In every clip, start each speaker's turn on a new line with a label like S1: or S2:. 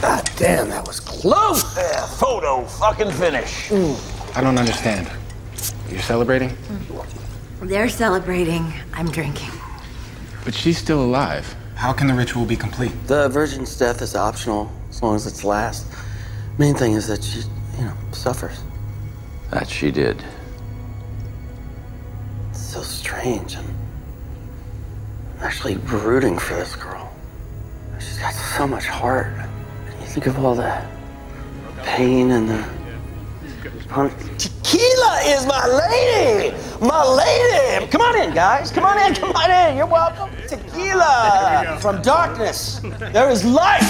S1: God damn, that was close. Mm.
S2: Yeah, photo fucking finish.
S3: I don't understand. You're celebrating?
S4: They're celebrating. I'm drinking.
S3: But she's still alive. How can the ritual be complete?
S5: The virgin's death is optional as long as it's last. Main thing is that she, you know, suffers.
S2: That she did.
S5: It's so strange. I'm actually rooting for this girl. She's got so much heart. And you think of all the pain and the hunt.
S2: Tequila is my lady! My lady! Come on in, guys. Come on in, come on in. You're welcome. Tequila! From darkness, there is light!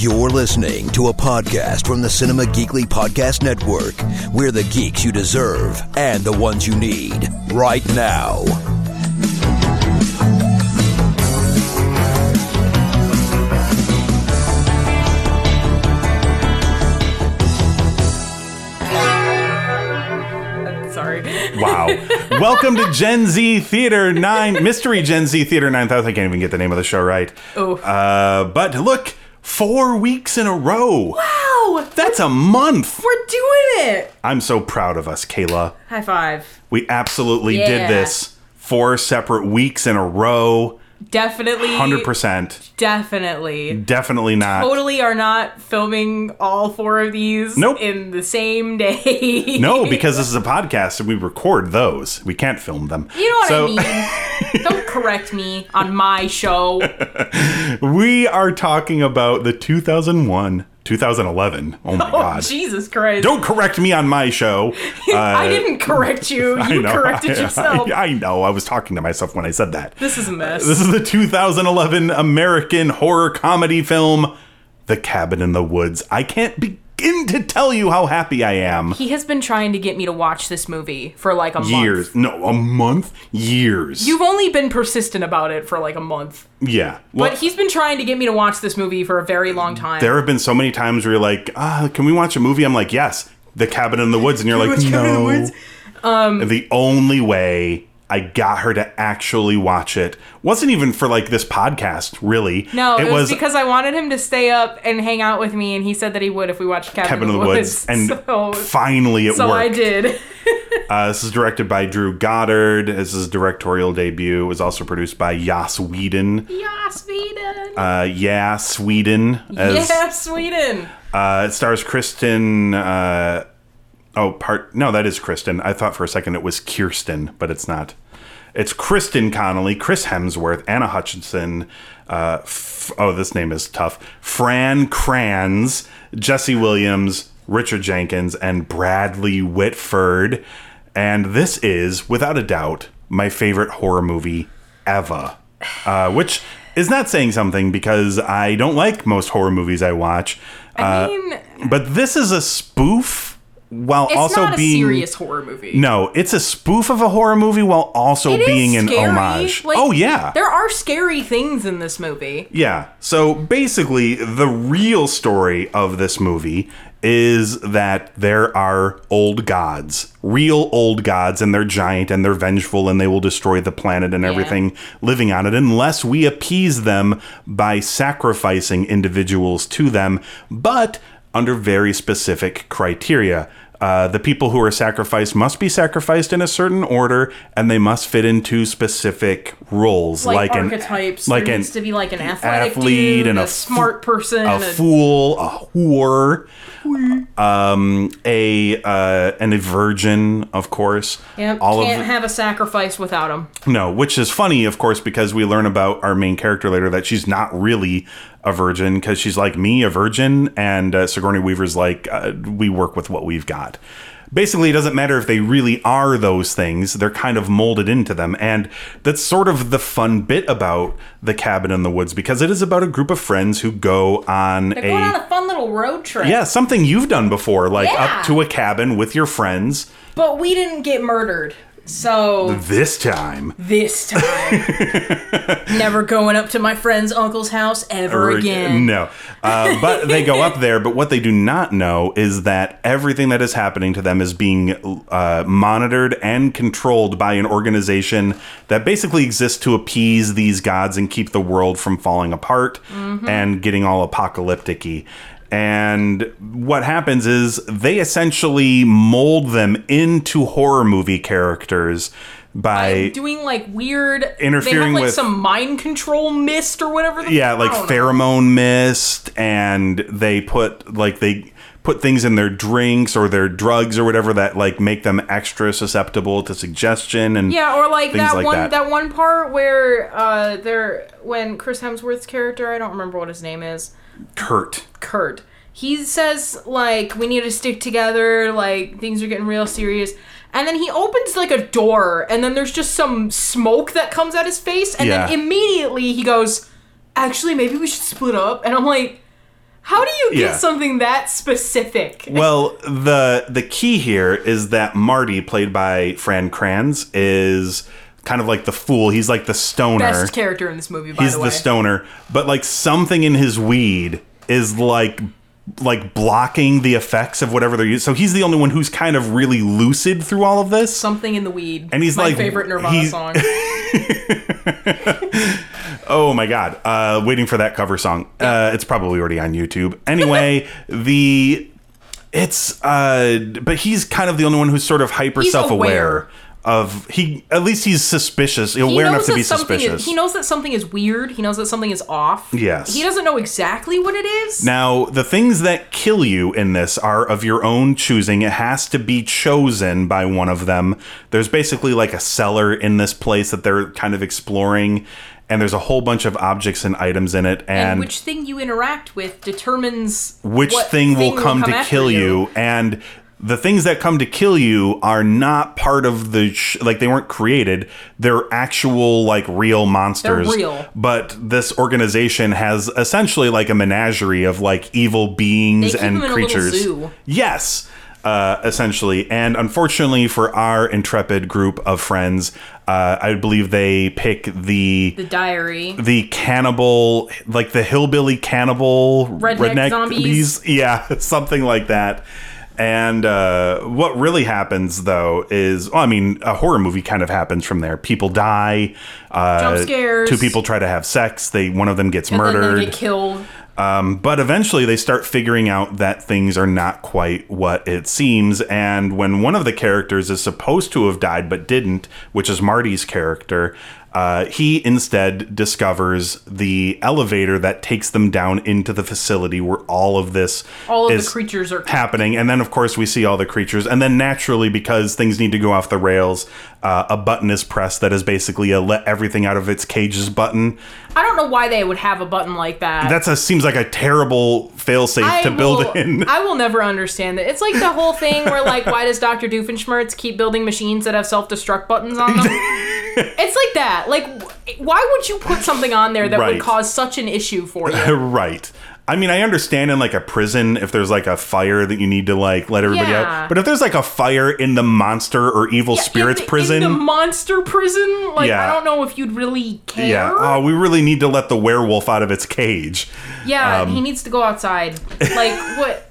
S6: You're listening to a podcast from the Cinema Geekly Podcast Network. We're the geeks you deserve and the ones you need right now.
S7: Sorry.
S8: Wow. Welcome to Gen Z Theater 9, Mystery Gen Z Theater 9000. I can't even get the name of the show right.
S7: Oh.
S8: Uh, but look, four weeks in a row.
S7: Wow,
S8: That's a month.
S7: we're doing it.
S8: I'm so proud of us, Kayla.
S7: High five.
S8: We absolutely
S7: Yeah.
S8: did this. Four separate weeks in a row.
S7: Definitely.
S8: 100%.
S7: Definitely.
S8: Definitely not.
S7: Totally are not filming all four of these
S8: Nope.
S7: in the same day.
S8: No, because this is a podcast and we record those. We can't film them.
S7: You know what
S8: so,
S7: I mean? Don't correct me on my show.
S8: We are talking about the 2001, 2011. Oh my
S7: Oh,
S8: God.
S7: Jesus Christ.
S8: Don't correct me on my show.
S7: I didn't correct you. You corrected
S8: I-
S7: yourself.
S8: I, I know. I was talking to myself when I said that.
S7: this is a mess.
S8: This is the 2011 American horror comedy film, The Cabin in the Woods. I can't begin to tell you how happy I am.
S7: he has been trying to get me to watch this movie for like a month.
S8: Years. No, a month? Years.
S7: You've only been persistent about it for like a month.
S8: yeah. Well,
S7: But he's been trying to get me to watch this movie for a very long time.
S8: there have been so many times where you're like, ah, can we watch a movie? I'm like, yes, The Cabin in the Woods. And you're like,
S7: watch
S8: no.
S7: Cabin in the Woods? Um,
S8: And the only way I got her to actually watch it wasn't even for like this podcast, really.
S7: No, it, was, because I wanted him to stay up and hang out with me, and he said that he would if we watched Cabin,
S8: Cabin in the Woods. And
S7: so,
S8: finally it
S7: so
S8: worked.
S7: I did.
S8: Uh, this is directed by Drew Goddard. This is his directorial debut. It was also produced by Yas Whedon.
S7: yeah, Sweden.
S8: Uh, yeah, Sweden. As,
S7: yeah, Sweden.
S8: uh, it stars Kristen. Uh, oh, part. No, that is Kristen. I thought for a second it was Kirsten, but it's not. It's Kristen Connolly, Chris Hemsworth, Anna Hutchinson. Uh, f- oh, this name is tough. Fran Kranz, Jesse Williams, Richard Jenkins, and Bradley Whitford. And this is, without a doubt, my favorite horror movie ever. Uh, which is not saying something because I don't like most horror movies I watch.
S7: I
S8: Uh,
S7: mean,
S8: but this is a spoof while
S7: it's
S8: also
S7: not a
S8: being
S7: serious horror movie.
S8: no, it's a spoof of a horror movie while also
S7: It is
S8: being an
S7: scary.
S8: homage.
S7: Like,
S8: oh yeah.
S7: there are scary things in this movie.
S8: yeah. So basically the real story of this movie is that there are old gods, real old gods and they're giant and they're vengeful and they will destroy the planet and everything living on it unless we appease them by sacrificing individuals to them, but under very specific criteria. Uh, the people who are sacrificed must be sacrificed in a certain order, and they must fit into specific roles,
S7: Like,
S8: like, an
S7: archetypes.
S8: like
S7: there
S8: an
S7: needs to be like an athletic
S8: athlete
S7: dude,
S8: and
S7: a,
S8: a,
S7: smart
S8: fo-
S7: person,
S8: a fool, a whore, um, a uh, and a virgin, of course.
S7: Yep,
S8: all
S7: can't
S8: of the-
S7: have a sacrifice without him.
S8: no, which is funny, of course, because we learn about our main character later that she's not really a virgin because she's like me, a virgin, and uh, Sigourney Weaver's like, uh, we work with what we've got. Basically, it doesn't matter if they really are those things, they're kind of molded into them. And that's sort of the fun bit about The Cabin in the Woods because it is about a group of friends who go on
S7: They're going on a fun little road trip.
S8: yeah, something you've done before, like
S7: Yeah.
S8: up to a cabin with your friends.
S7: But we didn't get murdered. So
S8: This time.
S7: this time, never going up to my friend's uncle's house ever
S8: Or-
S7: again.
S8: No. Uh, but they go up there, but what they do not know is that everything that is happening to them is being uh, monitored and controlled by an organization that basically exists to appease these gods and keep the world from falling apart and getting all apocalyptic y. And what happens is they essentially mold them into horror movie characters by.
S7: Doing like weird they
S8: Interfering
S7: have, like,
S8: with-
S7: some mind control mist or whatever. The
S8: yeah
S7: fuck-
S8: like
S7: I don't know.
S8: pheromone mist and they put like they put things in their drinks or their drugs or whatever that like make them extra susceptible to suggestion and
S7: Yeah, or like
S8: things
S7: that
S8: like
S7: one
S8: that.
S7: that. one part where uh there when Chris Hemsworth's character, I don't remember what his name is,
S8: kurt
S7: Kurt. He says like we need to stick together, like things are getting real serious. And then he opens like a door and then there's just some smoke that comes out his face and
S8: Yeah.
S7: then immediately he goes, "Actually, maybe we should split up." And I'm like, "How do you get
S8: Yeah.
S7: something that specific?"
S8: well the the key here is that marty played by fran kranz is kind of like the fool he's like the stoner
S7: Best character in this movie by
S8: he's
S7: the
S8: the,
S7: way.
S8: stoner but like something in his weed is like like blocking the effects of whatever they're using so he's the only one who's kind of really lucid through all of this
S7: Something in the weed.
S8: And he's
S7: my
S8: like-
S7: favorite Nirvana
S8: he's-
S7: song.
S8: Oh my God. Uh, waiting for that cover song. Uh, it's probably already on YouTube. Anyway, the. It's. Uh, but he's kind of the only one who's sort of hyper
S7: He's
S8: self
S7: aware.
S8: aware of. he. At least he's suspicious,
S7: He
S8: aware
S7: knows
S8: enough to
S7: that
S8: be
S7: something
S8: suspicious.
S7: Is, he knows that something is weird. He knows that something is off.
S8: Yes.
S7: He doesn't know exactly what it is.
S8: Now, the things that kill you in this are of your own choosing. It has to be chosen by one of them. There's basically like a cellar in this place that they're kind of exploring, and there's a whole bunch of objects and items in it.
S7: and,
S8: And,
S7: which thing you interact with determines
S8: which
S7: what
S8: thing, will come, to
S7: after
S8: kill you. and the things that come to kill you are not part of the sh- like they weren't created they're actual like real monsters
S7: real.
S8: but this organization has essentially like a menagerie of like evil beings
S7: They keep
S8: and
S7: them in a little
S8: creatures
S7: zoo.
S8: yes uh, essentially and unfortunately for our intrepid group of friends uh, i believe they pick the
S7: The diary.
S8: the cannibal, like the hillbilly cannibal
S7: Redneck zombies.
S8: bees. yeah, something like that. And uh, what really happens though is, well, I mean, a horror movie kind of happens from there. People die. Uh,
S7: Jump scares.
S8: Two people try to have sex. They one of them gets
S7: and then they
S8: murdered.
S7: get killed.
S8: Um, but eventually they start figuring out that things are not quite what it seems. And when one of the characters is supposed to have died but didn't, which is Marty's character, uh, he instead discovers the elevator that takes them down into the facility where all of this
S7: All of the
S8: is
S7: creatures are-
S8: happening. And then, of course, we see all the creatures. And then, naturally, because things need to go off the rails, uh, a button is pressed that is basically a let everything out of its cages button.
S7: I don't know why they would have a button like that.
S8: That's a seems like a terrible failsafe
S7: I
S8: to build
S7: will,
S8: in.
S7: I will never understand it. It's like the whole thing where, like, why does Dr. Doofenshmirtz keep building machines that have self destruct buttons on them? it's like that. Like, wh- why would you put something on there that
S8: Right.
S7: would cause such an issue for you?
S8: right. I mean, I understand in like a prison if there's like a fire that you need to like let everybody
S7: Yeah.
S8: out. But if there's like a fire in the monster or evil spirits
S7: in the,
S8: prison,
S7: in the monster prison. Like,
S8: Yeah.
S7: I don't know if you'd really care.
S8: yeah, oh, we really need to let the werewolf out of its cage.
S7: Yeah, he
S8: Um,
S7: needs to go outside. Like, what?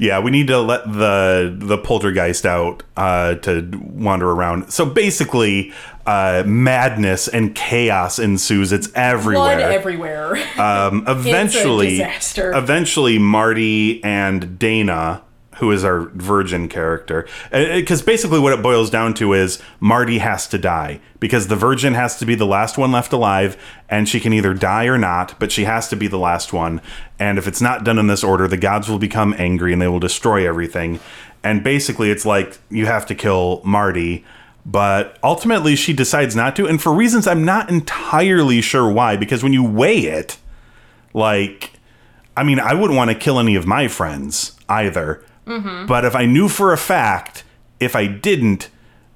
S8: Yeah, we need to let the the poltergeist out uh, to wander around. So basically, uh, madness and chaos ensues. It's everywhere.
S7: Blood everywhere.
S8: Um, eventually,
S7: disaster.
S8: eventually, Marty and Dana, who is our virgin character, because basically what it boils down to is Marty has to die because the virgin has to be the last one left alive, and she can either die or not, but she has to be the last one. And if it's not done in this order, the gods will become angry and they will destroy everything. And basically, it's like you have to kill Marty but ultimately she decides not to and for reasons i'm not entirely sure why because when you weigh it like i mean i wouldn't want to kill any of my friends either
S7: Mm-hmm.
S8: but if i knew for a fact if i didn't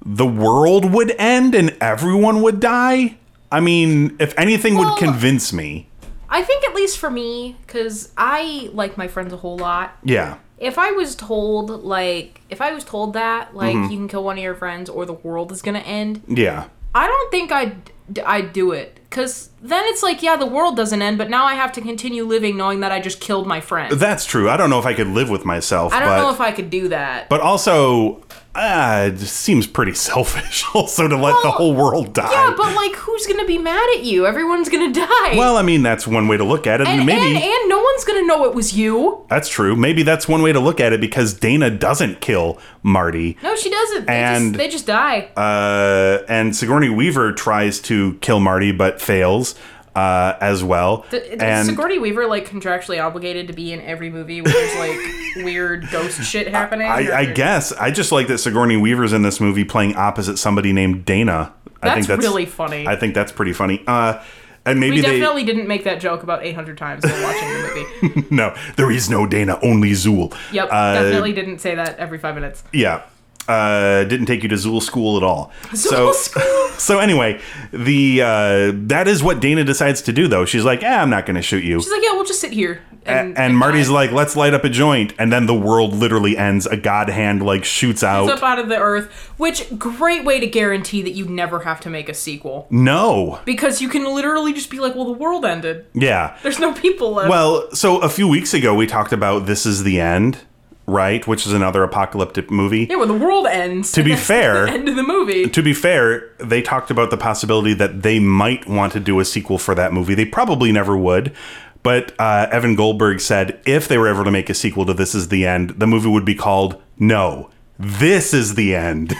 S8: the world would end and everyone would die i mean if anything
S7: Well-
S8: would convince me
S7: I think, at least for me, because I like my friends a whole lot.
S8: yeah
S7: if I was told like if I was told that like
S8: Mhm.
S7: you can kill one of your friends or the world is gonna end,
S8: Yeah.
S7: I don't think I'd I'd do it because then it's like yeah the world doesn't end, but now I have to continue living knowing that I just killed my friend.
S8: That's true. I don't know if I could live with myself,
S7: I don't
S8: but
S7: know if I could do that.
S8: but also uh, it just seems pretty selfish also to let the whole world die.
S7: Yeah, but like who's gonna be mad at you? Everyone's gonna die.
S8: well, I mean that's one way to look at it, and,
S7: and,
S8: maybe
S7: and and no one's gonna know it was you.
S8: that's true. Maybe that's one way to look at it because Dana doesn't kill Marty.
S7: No, she doesn't. They
S8: And-
S7: just, they just die.
S8: Uh, and Sigourney Weaver tries to kill Marty but fails uh, as well.
S7: Th- Is
S8: and
S7: Sigourney Weaver like contractually obligated to be in every movie where there's like weird ghost shit happening?
S8: I, I
S7: Or-
S8: guess I just like that Sigourney Weaver's in this movie playing opposite somebody named Dana. I
S7: That's
S8: think that's
S7: really funny.
S8: I think that's pretty funny. Uh, and maybe
S7: we
S8: they
S7: definitely didn't make that joke about 800 times while watching the movie.
S8: no, there is no Dana, only Zool.
S7: Yep,
S8: Uh,
S7: definitely didn't say that every five minutes.
S8: Yeah. Uh, didn't take you to Zool school at all. so,
S7: Zool school.
S8: so anyway, the uh, that is what Dana decides to do. Though she's like, "Eh, I'm not going to shoot you."
S7: She's like, yeah, we'll just sit here.
S8: A- and, Marty's like, "Let's light up a joint," and then the world literally ends. A god hand like shoots out.
S7: Comes up out of the earth, which great way to guarantee that you never have to make a sequel
S8: No,
S7: because you can literally just be like, well, the world ended.
S8: yeah.
S7: There's no people left.
S8: Well, so a few weeks ago we talked about "This Is the End," right? Which is another apocalyptic movie.
S7: yeah, when the world ends.
S8: To be
S7: that's
S8: fair-
S7: the end of the movie.
S8: To be fair, they talked about the possibility that they might want to do a sequel for that movie. They probably never would. But uh, Evan Goldberg said if they were ever to make a sequel to This Is the End, the movie would be called No, This Is the End.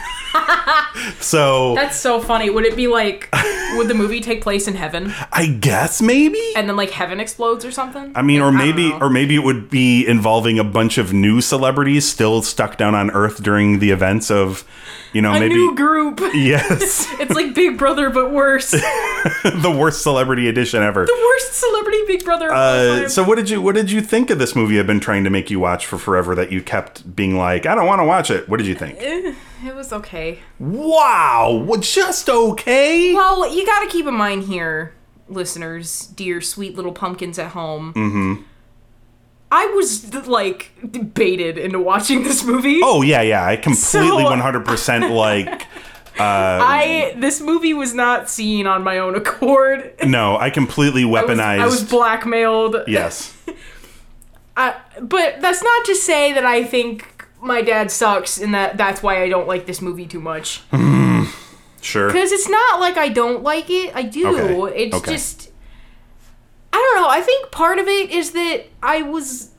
S8: so
S7: That's so funny. Would it be like, would the movie take place in heaven
S8: I guess maybe.
S7: and then like heaven explodes or something?
S8: I mean, or maybe, or maybe it would be involving a bunch of new celebrities still stuck down on Earth during the events of, you know,
S7: a
S8: maybe
S7: new group.
S8: yes,
S7: it's like Big Brother, but worse. the
S8: the worst celebrity edition ever.
S7: worst celebrity Big Brother. of all
S8: Uh,
S7: time.
S8: so what did you what did you think of this movie I've been trying to make you watch for forever that you kept being like I don't want to watch it. What did you think?
S7: Eh, it was okay.
S8: Wow, well, just okay.
S7: Well, you got to keep in mind here, listeners, dear sweet little pumpkins at home.
S8: Mm-hmm.
S7: I was like baited into watching this movie.
S8: Oh yeah, yeah. I
S7: So-
S8: completely one hundred percent like. Uh,
S7: I this movie was not seen on my own accord.
S8: no, I completely weaponized.
S7: I was blackmailed.
S8: yes.
S7: I, but that's not to say that I think my dad sucks and that that's why I don't like this movie too much.
S8: Hmm. sure.
S7: Because it's not like I don't like it. I do.
S8: Okay,
S7: It's
S8: okay.
S7: just I don't know. I think part of it is that I was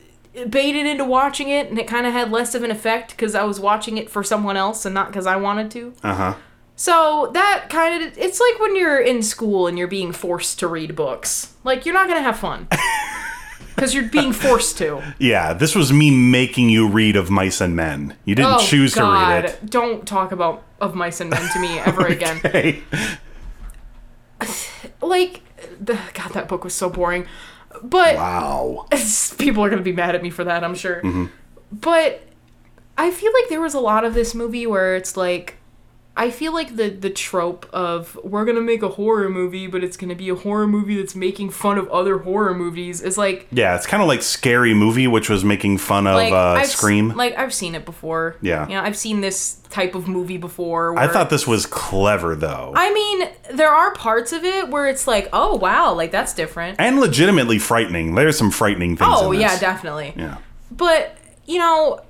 S7: baited into watching it and it kind of had less of an effect because I was watching it for someone else and not because I wanted to.
S8: Uh huh.
S7: So that kind of it's like when you're in school and you're being forced to read books. Like you're not going to have fun. Cuz you're being forced to.
S8: Yeah, this was me making you read of mice and men. You didn't
S7: Oh,
S8: choose
S7: God.
S8: to read it.
S7: Don't talk about Of Mice and Men to me ever again.
S8: Hey.
S7: Like, the, God, that book was so boring. But
S8: Wow.
S7: people are going to be mad at me for that, I'm sure.
S8: hmm
S7: But I feel like there was a lot of this movie where it's like, I feel like the the trope of we're gonna make a horror movie, but it's gonna be a horror movie that's making fun of other horror movies is like
S8: Yeah, it's kind of like Scary Movie, which was making fun of
S7: like
S8: uh,
S7: I've s-
S8: Scream.
S7: like I've seen it before.
S8: Yeah.
S7: you know I've seen this type of movie before.
S8: I
S7: where-
S8: thought this was clever though.
S7: I mean, there are parts of it where it's like, oh wow, like that's different.
S8: and legitimately frightening. There's some frightening things.
S7: Oh
S8: in
S7: yeah,
S8: this.
S7: definitely.
S8: Yeah.
S7: But you know,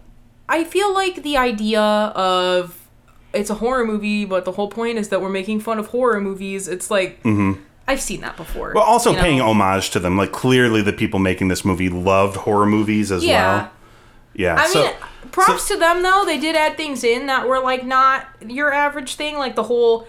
S7: I feel like the idea of it's a horror movie, but the whole point is that we're making fun of horror movies. It's like
S8: Mm-hmm.
S7: I've seen that before.
S8: Well, also
S7: you know?
S8: paying homage to them. Like clearly, the people making this movie loved horror movies as
S7: Yeah.
S8: well. Yeah.
S7: I
S8: so
S7: mean, props to them though. They did add things in that were like not your average thing, like the whole.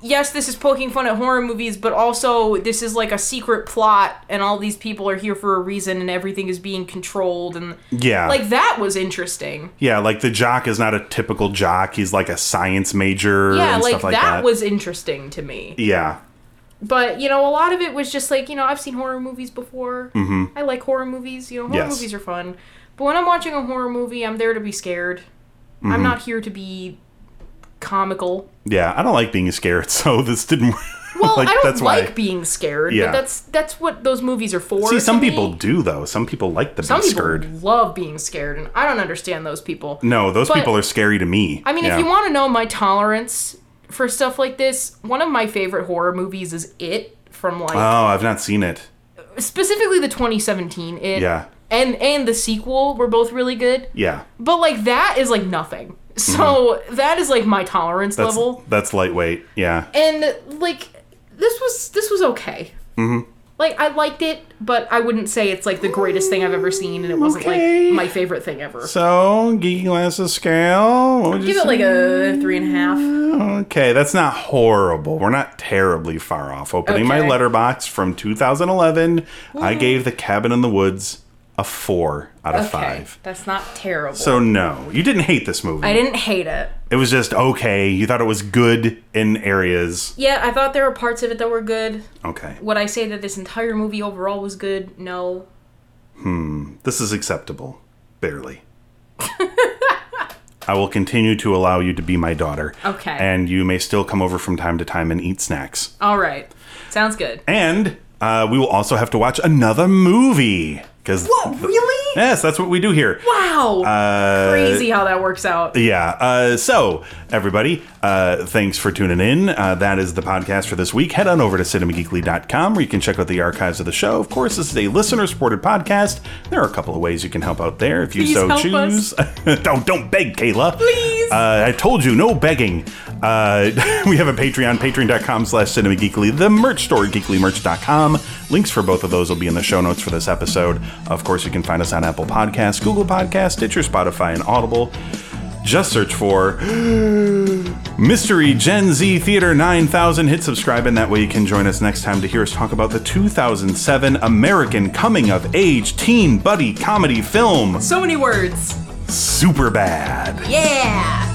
S7: Yes, this is poking fun at horror movies, but also this is like a secret plot, and all these people are here for a reason, and everything is being controlled, and
S8: yeah,
S7: like that was interesting.
S8: yeah, like the jock is not a typical jock. He's like a science major
S7: Yeah,
S8: and
S7: like,
S8: stuff like
S7: that,
S8: that.
S7: was interesting to me.
S8: yeah.
S7: But you know, a lot of it was just like you know I've seen horror movies before.
S8: hmm
S7: I like horror movies. You know, horror
S8: Yes.
S7: movies are fun. But when I'm watching a horror movie, I'm there to be scared.
S8: Mhm.
S7: I'm not here to be comical.
S8: Yeah, I don't like being scared, so this didn't. work.
S7: Well,
S8: Like,
S7: I don't
S8: that's why-
S7: like being scared,
S8: Yeah.
S7: but that's that's what those movies are for.
S8: See, some
S7: to me.
S8: people do though. Some people like to be
S7: some people
S8: scared.
S7: love being scared, and I don't understand those people.
S8: No, those
S7: But-
S8: people are scary to me.
S7: I mean,
S8: Yeah.
S7: if you want to know my tolerance for stuff like this, one of my favorite horror movies is It from like
S8: Oh, I've not seen it.
S7: specifically the 2017 It.
S8: Yeah.
S7: And and the sequel were both really good,
S8: Yeah,
S7: but like that is like nothing. So that is like my tolerance
S8: Mm-hmm. that's
S7: level,
S8: that's lightweight. Yeah,
S7: and like this was this was okay. Mm-hmm. Like I liked it, but I wouldn't say it's like the greatest thing I've ever seen, and it wasn't
S8: okay.
S7: like my favorite thing ever.
S8: So, geeky glasses scale. What would you
S7: Give it like a three and a half.
S8: say? okay, that's not horrible. We're not terribly far off. Opening my
S7: Okay.
S8: letterbox from 2011, I gave The Cabin in the Woods a four out of five.
S7: That's not terrible.
S8: So no, you didn't hate this movie.
S7: I didn't hate it.
S8: It was just okay. You thought it was good in areas.
S7: Yeah, I thought there were parts of it that were good.
S8: Okay,
S7: Would I say that this entire movie overall was good? No.
S8: this is acceptable, barely. I will continue to allow you to be my daughter.
S7: Okay.
S8: And you may still come over from time to time and eat snacks.
S7: All right. Sounds good.
S8: And uh, we will also have to watch another movie. Because
S7: What? Really?
S8: Yes, that's what we do here.
S7: Wow. Crazy how that works out.
S8: Yeah. Uh, so, everybody, uh, thanks for tuning in. Uh, that is the podcast for this week. Head on over to cinemageekly.com where you can check out the archives of the show. Of course, this is a listener supported podcast. There are a couple of ways you can help out there if you
S7: Please
S8: so
S7: help
S8: choose. don't, don't beg, Kayla.
S7: Please.
S8: Uh, I told you, no begging. Uh, we have a Patreon, patreon.com slash cinemageekly, the merch store, at geeklymerch.com. Links for both of those will be in the show notes for this episode. Of course, you can find us on Apple Podcasts, Google Podcasts, Stitcher, Spotify, and Audible. Just search for Mystery Gen Z Theater 9000. Hit subscribe, and that way you can join us next time to hear us talk about the 2007 American coming of age teen buddy comedy film,
S7: So many words.
S8: Superbad.
S7: Yeah.